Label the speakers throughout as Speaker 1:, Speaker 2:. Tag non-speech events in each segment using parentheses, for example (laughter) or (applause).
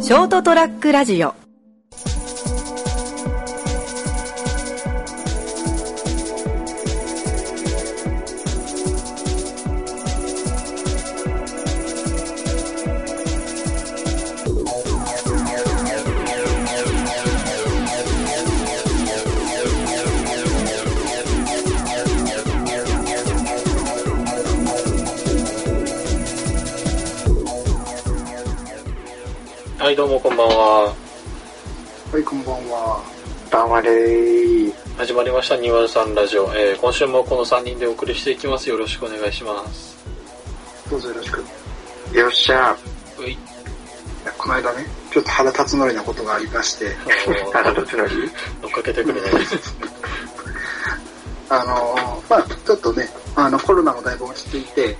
Speaker 1: ショートトラックラジオ
Speaker 2: はい、どうもこんばんは。
Speaker 3: はい、こんばんは。こんばんはでー
Speaker 2: 始まりました、ニワルさんラジオ。えー、今週もこの3人でお送りしていきます。よろしくお願いします。
Speaker 3: どうぞよろしく。
Speaker 4: よっしゃ
Speaker 2: うい、
Speaker 3: いやこの間ね、ちょっと腹立つのりなことがありまして、
Speaker 2: あ
Speaker 4: (laughs) 腹
Speaker 2: の
Speaker 4: 立つのに
Speaker 2: 乗っかけて (laughs) くれないです。
Speaker 3: あのーまあちょっとね、あの、コロナもだいぶ落ち着いて、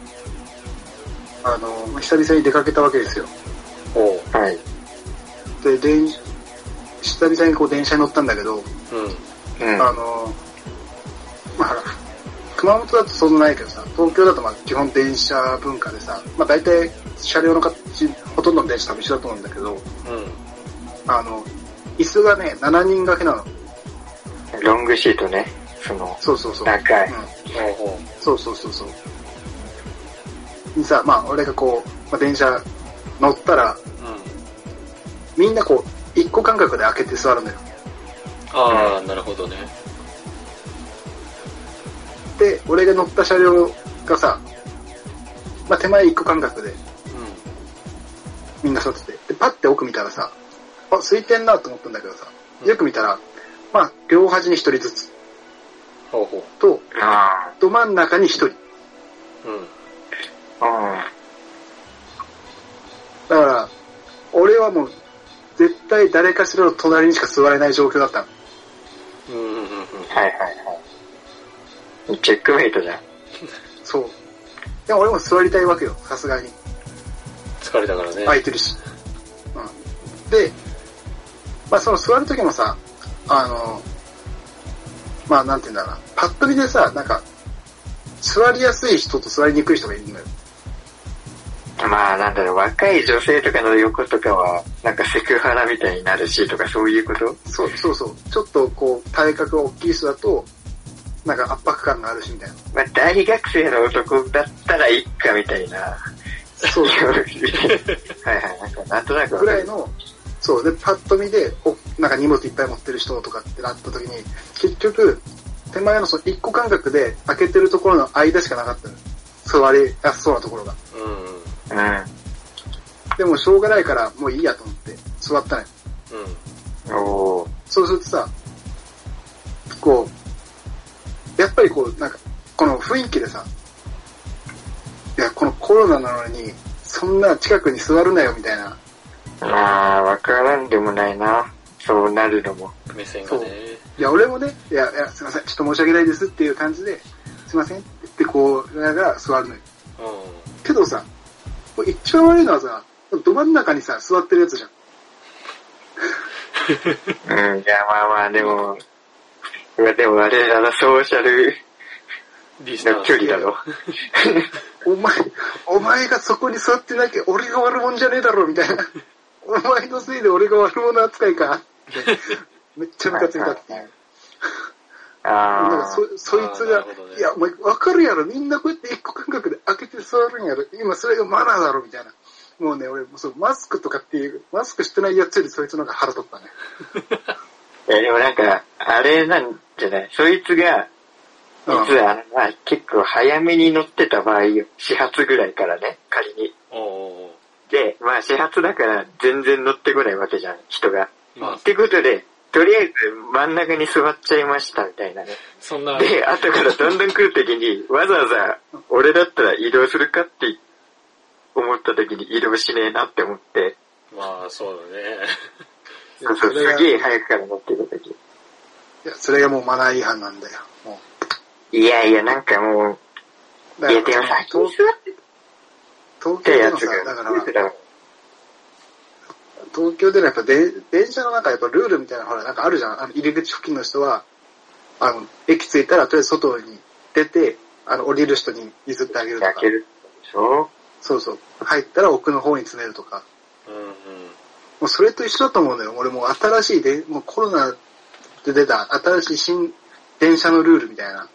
Speaker 3: あのー久々に出かけたわけですよ。
Speaker 2: おう、
Speaker 4: はい。
Speaker 3: で、電、久々にこう電車に乗ったんだけど、
Speaker 2: うん、
Speaker 4: うん。
Speaker 3: あのーまあほら熊本だとそんなないけどさ、東京だとまあ基本電車文化でさ、まあ大体車両の形、ほとんどの電車多分一緒だと思うんだけど、
Speaker 2: う
Speaker 3: あの、椅子がね、7人掛けなの。
Speaker 4: ロングシートね。その、
Speaker 3: そうそうそう。
Speaker 4: 長い
Speaker 3: うん。
Speaker 2: ん、おうおう、
Speaker 3: そうそうそうそう。にさ、まあ俺がこう、まあ、電車乗ったら、
Speaker 2: うん。
Speaker 3: みんなこう、一個間隔で開けて座るのよ。
Speaker 2: あー、なるほどね。
Speaker 3: で、俺が乗った車両がさ、まあ手前一個間隔でみんな座ってて、で、パッて奥見たらさ、あ、空いてんなと思ったんだけどさ、よく見たら、まあ両端に一人ずつ
Speaker 2: うん、おうおう、
Speaker 3: と、
Speaker 4: あ
Speaker 3: ど真ん中に一人。
Speaker 2: うん。
Speaker 4: あ、うん。
Speaker 3: だから、俺はもう、絶対誰かしらの隣にしか座れない状況だったの。
Speaker 2: うんうんうんうん
Speaker 4: はいはいはい。チェックメイトじゃん。
Speaker 3: そう。でも俺も座りたいわけよ、さすがに。
Speaker 2: 疲れたからね。
Speaker 3: 空いてるし。うん。で、まあその座る時もさ、あの、まあなんて言うんだろうな、パッと見でさ、なんか、座りやすい人と座りにくい人がいるのよ。
Speaker 4: まあなんだろう、若い女性とかの横とかは、なんかセクハラみたいになるしとかそういうこと
Speaker 3: そうそうそう。ちょっとこう、体格が大きい人だと、なんか圧迫感があるしみたいな。
Speaker 4: まあ大学生の男だったらいっかみたいな。
Speaker 3: そう。
Speaker 4: はいはい、なんかなんとなくわ
Speaker 3: ぐ
Speaker 4: からる
Speaker 3: い。の、そう、で、パッと見で、お、なんか荷物いっぱい持ってる人とかってなった時に、結局、手前のその一個間隔で開けてるところの間しかなかったの。座りやすそうなところが。
Speaker 2: うん、
Speaker 4: うん。
Speaker 3: でもしょうがないから、もういいやと思って座ったのよ。
Speaker 2: うん、
Speaker 4: おー
Speaker 3: そうするとさ、こう、やっぱりこう、なんか、この雰囲気でさ、いや、このコロナなのに、そんな近くに座るなよみたいな、
Speaker 4: まあ、わからんでもないな。そうなるのも。
Speaker 2: うん。目線がね。
Speaker 3: いや、俺もね、いや、いや、すいません、ちょっと申し訳ないですっていう感じで、すいませんって言ってこう、ながら座るのよ。
Speaker 2: う
Speaker 3: けどさ、これ一番悪いのはさ、ど真ん中にさ、座ってるやつじゃん。
Speaker 4: うん、いや、まあまあ、でも、うわでもあれだな、ソーシャル
Speaker 2: ん。リスナ
Speaker 4: の
Speaker 2: ー
Speaker 4: 距離だろ。
Speaker 3: お前、お前がそこに座ってなきゃ俺が悪者じゃねえだろ、みたいな。お前のせいで俺が悪者扱いか。ってめっちゃムカついたっていう。なん
Speaker 4: (laughs) あ
Speaker 3: か
Speaker 4: あ、
Speaker 3: そ、そいつ
Speaker 2: あーな
Speaker 3: が
Speaker 2: るほど、ね
Speaker 3: いや、お前わかるやろ、みんなこうやって一個間隔で開けて座るんやろ、今それがマナーだろ、みたいな。もうね、俺、もうそうマスクとかっていう、マスクしてないやつよりそいつの方が腹取ったね。
Speaker 4: いやでもなんか、あれなんじゃないそいつが、実
Speaker 3: うん
Speaker 4: はあの、まあ、結構早めに乗ってた場合よ。始発ぐらいからね、仮に。
Speaker 2: おうおう
Speaker 4: で、まあ始発だから全然乗ってこないわけじゃん、人が。
Speaker 2: おうまあ
Speaker 4: っ、てことで、とりあえず真ん中に座っちゃいましたみたいなね。
Speaker 2: そんな、
Speaker 4: で、後からどんどん来るときに、わざわざ、俺だったら移動するかって思ったときに移動しねえなって思って、
Speaker 2: まあ、そうだね。
Speaker 4: そうそう、
Speaker 3: それが
Speaker 4: すげえ早くから乗ってたとき。
Speaker 3: いや、それがもうマナー違反なんだよ。も
Speaker 4: いやいや、なんかも
Speaker 3: う。
Speaker 4: う、いや、でも先に
Speaker 3: 東
Speaker 4: 座って
Speaker 3: 東京
Speaker 4: た
Speaker 3: で
Speaker 4: や
Speaker 3: の
Speaker 4: つ
Speaker 3: さ、だから、
Speaker 4: が、
Speaker 3: 東京でのやっぱで電車の中やっぱルールみたいなほらなんかあるじゃん。あの入り口付近の人は、あの、駅着いたらとりあえず外に出て、あの、降りる人に譲ってあげるとか
Speaker 4: 開。けるでしょ
Speaker 3: そうそう。入ったら奥の方に詰めるとか。
Speaker 2: うんうん。
Speaker 3: もうそれと一緒だと思うのよ。俺もう新しいで、もうコロナで出た新しい新電車のルールみたいな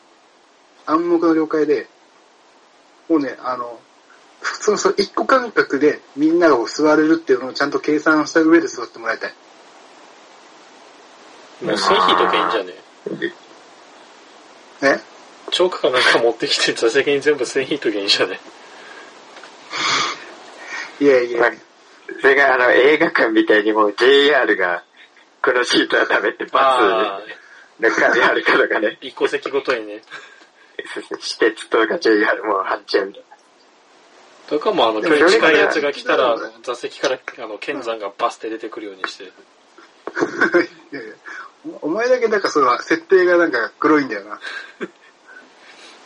Speaker 3: 暗黙の了解で、もうね、あの、普通のその一個間隔でみんながこう座れるっていうのをちゃんと計算した上で座ってもらいたい。
Speaker 2: もう線引いとけいいんじゃね
Speaker 3: ね
Speaker 2: チョークかなんか持ってきて座席に全部線引いとけいいんじゃね
Speaker 3: いやいや、
Speaker 4: それがあの映画館みたいにもう JR が、このシートはダメって
Speaker 2: あ
Speaker 4: バスの壁あるかとかね、
Speaker 2: あ、一個席ごとにね。
Speaker 4: そうそう私鉄とか JR もう貼っちゃうんだ。
Speaker 2: とかもあの、距
Speaker 4: でも
Speaker 2: 離近い
Speaker 4: それ
Speaker 2: や
Speaker 4: が
Speaker 2: つが来たら
Speaker 3: なるほ、
Speaker 2: 座席から、あの、剣山がバスって出てくるようにして。
Speaker 3: (laughs) いやいやおお前だけなんかその設定がなんか黒いんだよな。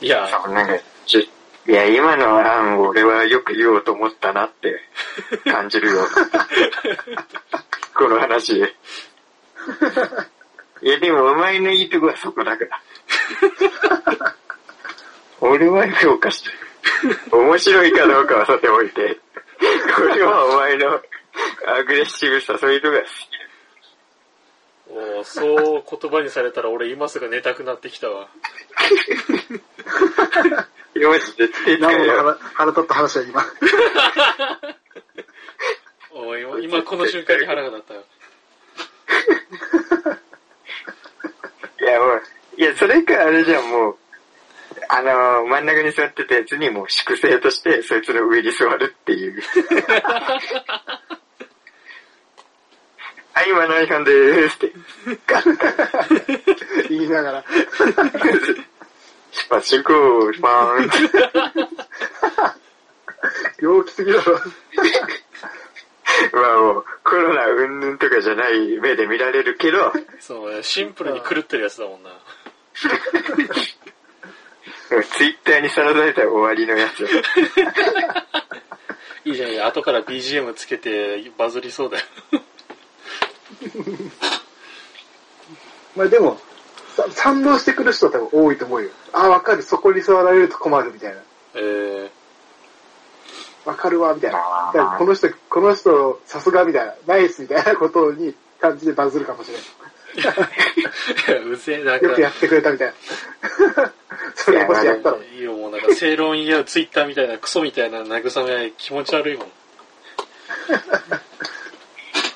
Speaker 2: いや、
Speaker 4: そうなんかちょいや、今の案を俺はよく言おうと思ったなって感じるよ。この話。いや、でもお前のいいとこはそこだから。俺は評価してる。面白いかどうかはさておいて。これはお前のアグレッシブさ、そういうとこが好
Speaker 2: もう、そう言葉にされたら俺今すぐ寝たくなってきたわ。
Speaker 4: き。よし、絶対
Speaker 3: な
Speaker 4: 使
Speaker 3: お
Speaker 4: え
Speaker 3: の
Speaker 4: よ。
Speaker 3: 腹腹立った話は今。 (laughs)
Speaker 2: おい今、 (laughs) 今この瞬間に腹が立ったよ。
Speaker 4: いや、もう、いや、それかあれじゃん、もう、あのー真ん中に座ってたやつにもう粛清として、そいつの上に座るっていう。はい、今の iPhone でーすって。
Speaker 3: 言いながら。
Speaker 4: 出発進行、バーンって。
Speaker 3: 陽気すぎだろ。
Speaker 4: まあもう、コロナ云々とかじゃない目で見られるけど、
Speaker 2: そうね、シンプルに狂ってるやつだもんな。
Speaker 4: ツイッターにさらされたら終わりのやつ。
Speaker 2: (laughs) いいじゃんいいじゃん、後から BGM つけてバズりそうだよ。
Speaker 3: まあでも、さ賛同してくる人は多分多いと思うよ。ああ、わかる。そこに座られると困るみたいな。
Speaker 2: (laughs) えー、
Speaker 3: わかるわ、みたいな
Speaker 4: あ。ー
Speaker 3: だからこの人、この人、さすがみたいな、ナイスみたいなことに感じでバズるかもしれな
Speaker 2: うぜえ、なん
Speaker 3: い。よくや
Speaker 2: か、
Speaker 3: ってくれたみたいな。それもしやったら。
Speaker 2: いいよ、もうなんか、正論やツイッターみたいな、クソみたいな慰め気持ち悪いもん。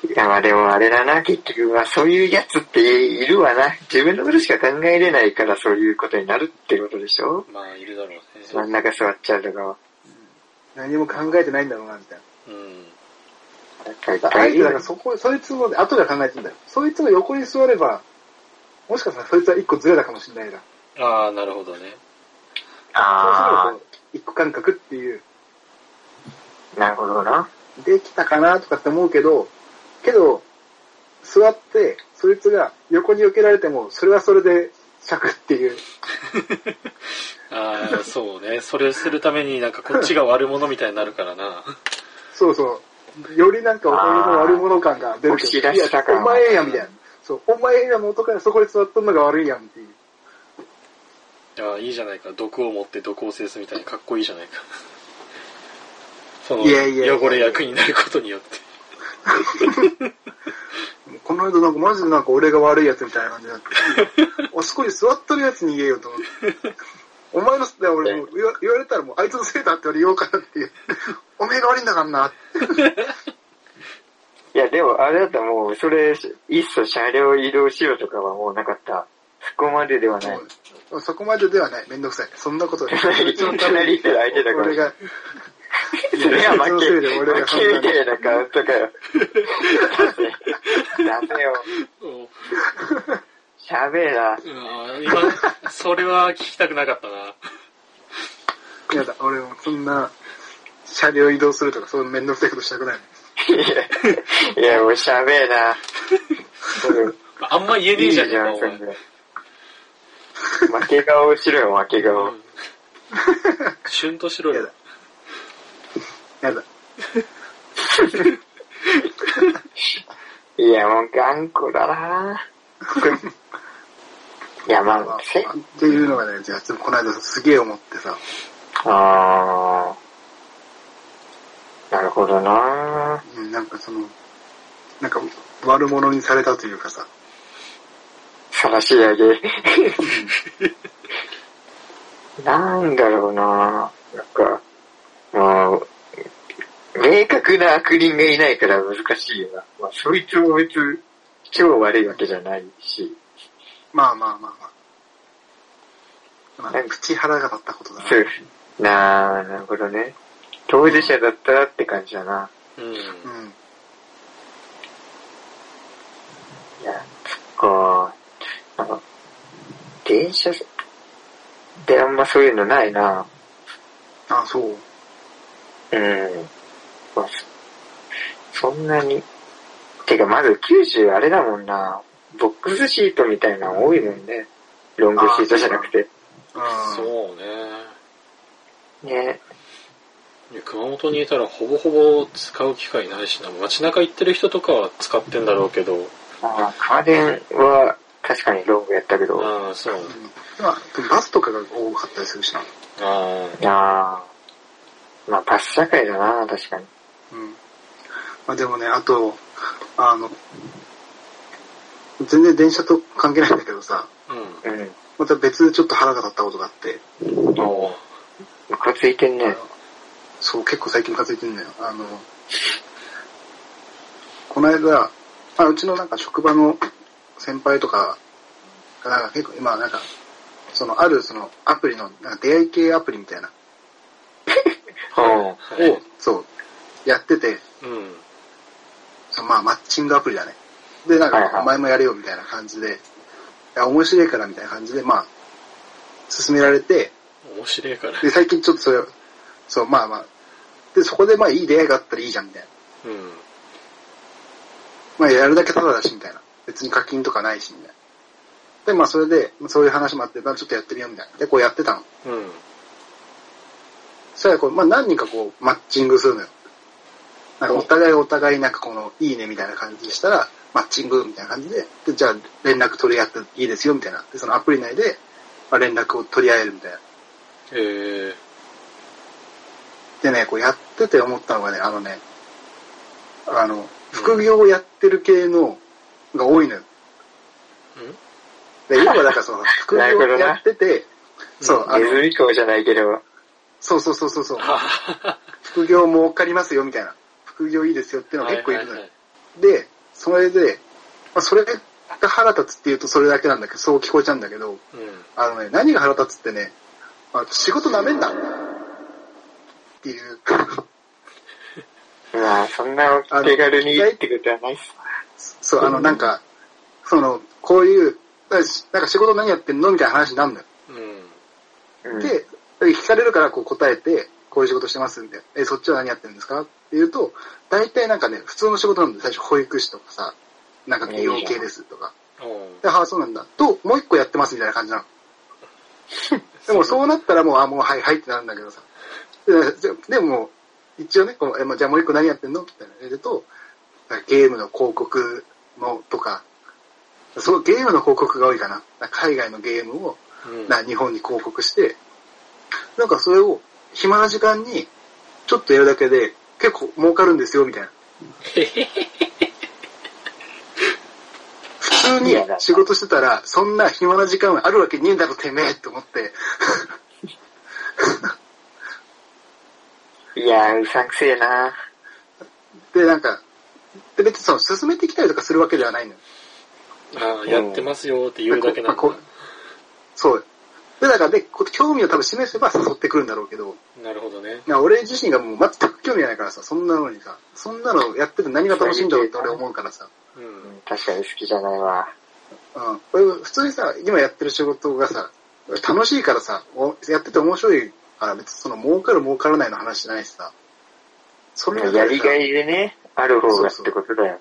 Speaker 4: いや、まあでもあれだな、結局はそういうやつっているわな。自分のことしか考えれないからそういうことになるってことでしょ
Speaker 2: まあ、いるだろうね。
Speaker 4: 真ん中座っちゃうとかは。
Speaker 3: 何も考えてないんだろうな、みたいな。
Speaker 2: うん。
Speaker 4: なんか
Speaker 3: あえてだからそこ、そいつの、後で考えてんだよ。そいつの横に座れば、もしかしたらそいつは一個ずれたかもしれないな。
Speaker 2: ああ、なるほどね。
Speaker 3: そうす
Speaker 4: あ
Speaker 3: ると、一個感覚っていう、
Speaker 4: あ、なるほどな。
Speaker 3: できたかなとかって思うけど、けど、座って、そいつが横に避けられても、それはそれで尺っていう。
Speaker 2: ああ、そうね。それするためになんかこっちが悪者みたいになるからな。 (laughs)
Speaker 3: そうそう。よりなんか俺の悪者感が出るけど、
Speaker 4: あー
Speaker 3: いや
Speaker 4: 押し出した感、
Speaker 3: お前やみたいな。そう、お前やの男やそこに座っとんのが悪いやんっていう。
Speaker 2: いや、いいじゃないか。毒を持って毒を制すみたいにかっこいいじゃないか。その、
Speaker 3: いやいやいや
Speaker 2: 汚れ役になることによって。
Speaker 3: この人なんかマジでなんか俺が悪いやつみたいな感じになって。あそこに座っとるやつに言えよと思って。お前のせいだよ俺もう言わ言われたらもうあいつのせいだって俺言おうかなって
Speaker 4: (laughs)
Speaker 3: いう。おめえが悪いんだからな。
Speaker 4: いや、でもあれだったらもう、それ、いっそ車両移動しようとかはもうなかった。そこまでではない。
Speaker 3: もうそこまでではない。めんどくさい。そんなことない。
Speaker 4: (laughs) いきなり言ったら相手だから
Speaker 3: 俺が、
Speaker 4: (laughs) それは負け、
Speaker 3: そのせいで俺が
Speaker 4: 負けみたいなカウントかよ。ダメよ。
Speaker 2: うん
Speaker 4: 喋ら。
Speaker 2: 今、それは聞きたくなかったな。
Speaker 3: やだ、俺もそんな、車両移動するとか、そういうめんどくさいことしたくない。
Speaker 4: いや、いやもう喋ら。 (laughs)
Speaker 2: あんま言えねえじゃねえか、お前。
Speaker 4: 負け顔しろよ、負け顔。
Speaker 2: うんシュンとしろ
Speaker 3: や
Speaker 2: よ
Speaker 3: だ。。や
Speaker 4: (laughs)
Speaker 3: だ。
Speaker 4: いや、もう頑固だないや、ま
Speaker 3: まあ
Speaker 4: あ、せ、
Speaker 3: っていうのがね、じゃあ、でもこの間すげえ思ってさ、
Speaker 4: あー。なるほどな
Speaker 3: うんなんかその、なんか、悪者にされたというかさ、
Speaker 4: 晒し上げ。なんだろうななんか、もう、明確な悪人がいないから難しいよな。まあ、そいつも別に超悪いわけじゃないし、
Speaker 3: まあまあまあまあ。ま
Speaker 4: は
Speaker 3: あ、
Speaker 4: い
Speaker 3: 口腹が立ったことだな。
Speaker 4: そう。 (laughs) なあ、なるほどね。当事者だったらって感じだな。
Speaker 2: うん。
Speaker 3: うん。
Speaker 4: いや、そっか。なんか、電車であんまそういうのないな。
Speaker 3: あ、そう。
Speaker 4: うん。まあ、そそんなに。てか、まず九州あれだもんな。ボックスシートみたいなの多いもんね。ロングシートじゃなくて。
Speaker 3: うん。
Speaker 2: そうね。
Speaker 4: ね。
Speaker 2: いや熊本にいたらほぼほぼ使う機会ないしな。街中行ってる人とかは使ってんだろうけど。
Speaker 4: ああ、家電は確かにロングやったけど。あ
Speaker 2: ああ、そう。
Speaker 3: うんまあ、でもバスとかが多かったりするしな。
Speaker 2: あ
Speaker 4: あ。まあ、パス社会だな、確かに。
Speaker 3: うん。まあでもね、あと、あの、全然電車と関係ないんだけどさ、
Speaker 2: あ。うん。
Speaker 4: うん。
Speaker 3: また別でちょっと腹が立ったことがあって、
Speaker 2: お
Speaker 4: ムカついてん
Speaker 3: あ
Speaker 4: ね
Speaker 3: の。そう、結構最近ムカついてんだよ。あの、この間、まあ、うちのなんか職場の先輩とかが、なんか結構今なんか、そのあるそのアプリの、なんか出会い系アプリみたいな、
Speaker 4: うん。
Speaker 2: お
Speaker 3: そう、やってて、
Speaker 2: うん。
Speaker 3: そのまあマッチングアプリだね。で、なん
Speaker 4: はいは
Speaker 3: か、
Speaker 4: い
Speaker 3: お前もやれよみたいな感じで、いや、面白いからみたいな感じで、まあ、勧められて、
Speaker 2: 面白いから。
Speaker 3: で、最近ちょっとそれ、そう、まあまあ、で、そこでまあいい出会いがあったらいいじゃんみたいな。
Speaker 2: うん。
Speaker 3: まあやるだけタダだしみたいな。別に課金とかないしみたいな。で、まあそれで、そういう話もあって、まあちょっとやってみようみたいな。で、こうやってたの。
Speaker 2: うん。
Speaker 3: そしたらこう、まあ何人かこう、マッチングするのよ。なんかお互いお互いなんかこの、いいねみたいな感じでしたら、マッチングみたいな感じで、でじゃあ連絡取り合っていいですよみたいな。で、そのアプリ内で、まあ、連絡を取り合えるみたいな。
Speaker 2: えー、
Speaker 3: でね、こうやってて思ったのがね、あのね、あの、副業をやってる系の、が多いのよ。で、今はだからその、副業
Speaker 4: なるほど
Speaker 3: を
Speaker 4: な
Speaker 3: やってて、そう、あ
Speaker 4: ネ
Speaker 3: の、
Speaker 4: ズミ講じゃないけど。
Speaker 3: そうそうそうそうそう、
Speaker 2: あ
Speaker 3: 副業儲かりますよみたいな。副業いいですよっていうのが結構いるのよ。で、それで、まあ、それが腹立つっていうとそれだけなんだけど、そう聞こえちゃうんだけど、
Speaker 2: うん。
Speaker 3: あのね、何が腹立つってね、あ仕事なめんなっていう、
Speaker 4: まあ、そんなお手軽にってことはないっす。
Speaker 3: そう、あの、なんか、その、こういう、なんかなんか仕事何やってんのみたいな話になるのよ。
Speaker 2: うん。
Speaker 4: うん
Speaker 3: で、聞かれるからこう答えて、こういう仕事してますみたいな。え、そっちは何やってるんですかっていうと、大体なんかね、普通の仕事なんで最初保育士とかさ、なんか美容系ですとか。
Speaker 2: お
Speaker 3: で、ああ、そうなんだ。と、もう一個やってますみたいな感じなの。でもそうなったらもう、あもうはいはいってなるんだけどさ。でじゃでも、一応ね、こうえまあじゃあもう一個何やってんのみたいな入れると、なんかゲームの広告のとか、そう、ゲームの広告が多いかな。なんか海外のゲームを
Speaker 2: うん。
Speaker 3: な日本に広告して、なんかそれを暇な時間にちょっとやるだけで結構儲かるんですよ、みたいな。普通に仕事してたら、そんな暇な時間はあるわけねえだろ、てめえって思って。
Speaker 4: いやー、うさんくせえな
Speaker 3: で、なんか、で別にその、進めてきたりとかするわけではないのよ。
Speaker 2: ああ、やってますよって言うだけなん
Speaker 3: こまあ
Speaker 2: だ
Speaker 3: こ。そう。で、だからで、こ興味を多分示せば誘ってくるんだろうけど、
Speaker 2: なるほどね。
Speaker 3: な俺自身がもう全く興味がないからさ、そんなのにさ、そんなのやってて何が楽しいんだろうって俺思うからさ。
Speaker 2: う。
Speaker 4: うんん確かに好きじゃないわ。
Speaker 3: うん。これ普通にさ、今やってる仕事がさ、楽しいからさ、おやってて面白いから別にその儲かる儲からないの話じゃないしさ。その中でさ
Speaker 4: やりがいでね、ある方がってことだよ。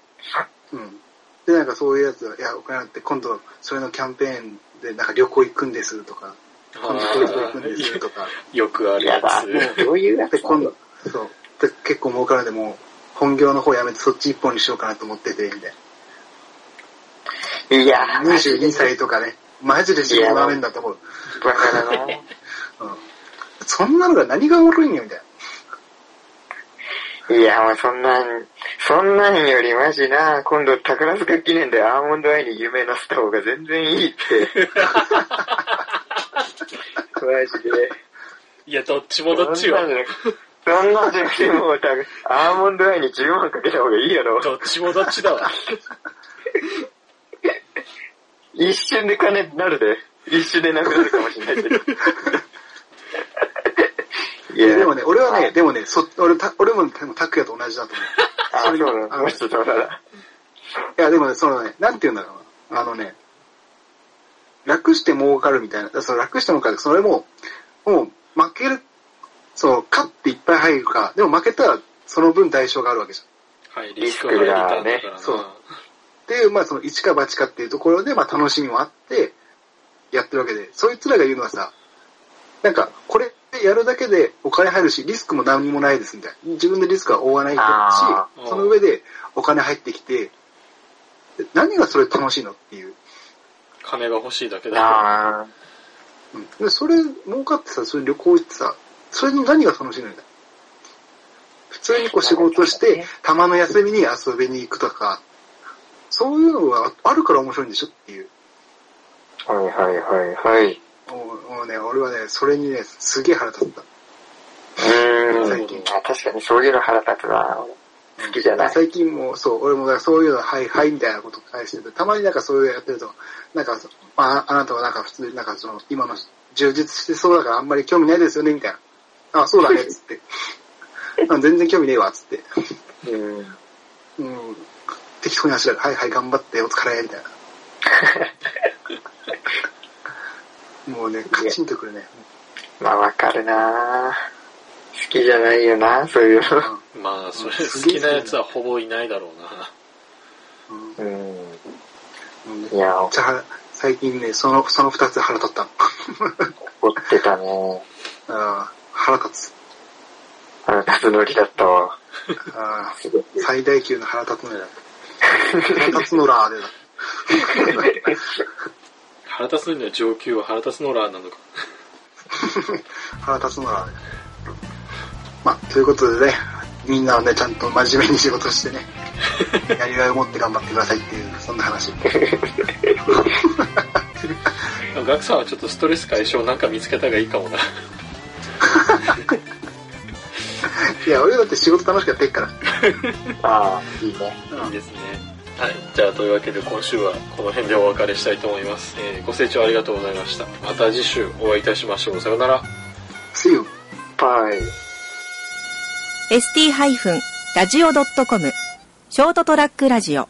Speaker 3: うん。で、なんかそういうやつは、いや、お金って今度、それのキャンペーンでなんか旅行行くんですとか、
Speaker 2: あ
Speaker 3: 今度こういうとこ行くんです
Speaker 2: あ、
Speaker 3: とか、
Speaker 2: よくあるや
Speaker 4: やだ、
Speaker 2: つ。
Speaker 4: もうどういうや
Speaker 3: で、
Speaker 4: つ
Speaker 3: 今度、そう。で、結構儲かるんでもう、本業の方やめてそっち一本にしようかなと思ってて、みたい
Speaker 4: いや
Speaker 3: な。
Speaker 4: ー、マジで
Speaker 3: 22歳とかね、マジで仕事なめんだと思う。
Speaker 4: バカだ
Speaker 3: う
Speaker 4: な。
Speaker 3: ん。そんなのが何がおもろいんよ、みたいな。
Speaker 4: いや、もうそんなん、そんなんよりマジな、今度宝塚記念でアーモンドアイに夢乗せた方が全然いいって。 (laughs) マジで。
Speaker 2: いや、どっちもどっちよ。
Speaker 4: そんなんじゃなくてもうた、アーモンドアイに10万かけた方がいいやろ。
Speaker 2: どっちもどっちだわ。
Speaker 4: 一瞬で金になるで。一瞬でなくなるかもしれないけど。い
Speaker 3: いやでもね、俺はね、
Speaker 4: で
Speaker 3: でもね、そ、俺た、俺も、でも、拓也と同じだと思う。
Speaker 4: あ、そうな
Speaker 3: あ
Speaker 4: の。
Speaker 3: の
Speaker 4: もうちょっとまだ。
Speaker 3: いや、でもね、そのね、なんて言うんだろうな。あのね、楽して儲かるみたいな、その楽して儲かる、それも、もう負ける、その、勝っていっぱい入るか、でも負けたらその分代償があるわけじゃん。
Speaker 2: はい、リスクが入りたんだからな。
Speaker 3: リスクがねっていう、まあその、一か八かっていうところで、まあ楽しみもあって、やってるわけで、そいつらが言うのはさ、なんか、これやるだけでお金入るし、リスクも何もないですみたいな。自分でリスクは負わない
Speaker 4: あ
Speaker 3: し、その上でお金入ってきて、で何がそれ楽しいのっていう。
Speaker 2: 金が欲しいだけだ。
Speaker 4: あ
Speaker 3: うんで、それ儲かってさ、それ旅行行ってさ、それに何が楽しいのよ。普通にこう仕事し
Speaker 4: なる
Speaker 3: て
Speaker 4: ほどね、
Speaker 3: たまの休みに遊びに行くとか、そういうのがあるから面白いんでしょっていう。
Speaker 4: あ。はいはいはいはい。う
Speaker 3: もうもうね、俺はね、それにね、すげえ腹立った。
Speaker 4: ー
Speaker 3: 最
Speaker 4: ん。
Speaker 3: 近
Speaker 4: あ確かにそういうの腹立つな。好きじゃない。
Speaker 3: 最近もそう、俺もだからそういうの、はいはいみたいなこと返してて、たまになんかそういうのやってると、なんかそ、まあ、あなたはなんか普通になんかその、今の充実してそうだからあんまり興味ないですよね、みたいな。あ、そうだね、つっ
Speaker 4: (laughs)
Speaker 3: て。あ全然興味ねえわ、つって。
Speaker 4: うん。
Speaker 3: うん、適当に走る。はいはい、頑張って、お疲れ、みたいな。
Speaker 4: (laughs)
Speaker 3: もうね、カチンとくるね。
Speaker 4: まあわかるな。好きじゃないよな、そういうの。
Speaker 2: まあ、それ好きなやつはほぼいないだろうな。
Speaker 3: うんう
Speaker 4: う
Speaker 3: んめっ
Speaker 4: ん。いや、
Speaker 3: ちゃ腹最近ね、その、その二つ腹立ったの。
Speaker 4: 怒ってたね。
Speaker 3: あー腹立つ。
Speaker 4: 腹立つノリだったわ。
Speaker 3: あ
Speaker 4: すご
Speaker 3: ー
Speaker 4: く。
Speaker 3: 最大級の腹立つのやだ。腹立つのらーでだ。
Speaker 2: 腹立つのには上級は腹立つのラーなのか。
Speaker 3: (laughs) 腹立つのらーで。まあ、ということでね、みんなはね、ちゃんと真面目に仕事してね、やりがいを持って頑張ってくださいっていう、そんな話。
Speaker 2: ガクさんはちょっとストレス解消なんか見つけた方がいいかもな。
Speaker 3: いや、俺だって仕事楽しくやってっから。
Speaker 4: ああ、いいね。
Speaker 3: うん
Speaker 2: いい (laughs) ですね。はい。じゃあ、というわけで今週はこの辺でお別れしたいと思います。えーご清聴ありがとうございました。また次週お会いいたしましょう。さようなら。
Speaker 3: See you.
Speaker 4: パイ。
Speaker 1: ST-radio.com ショートトラックラジオ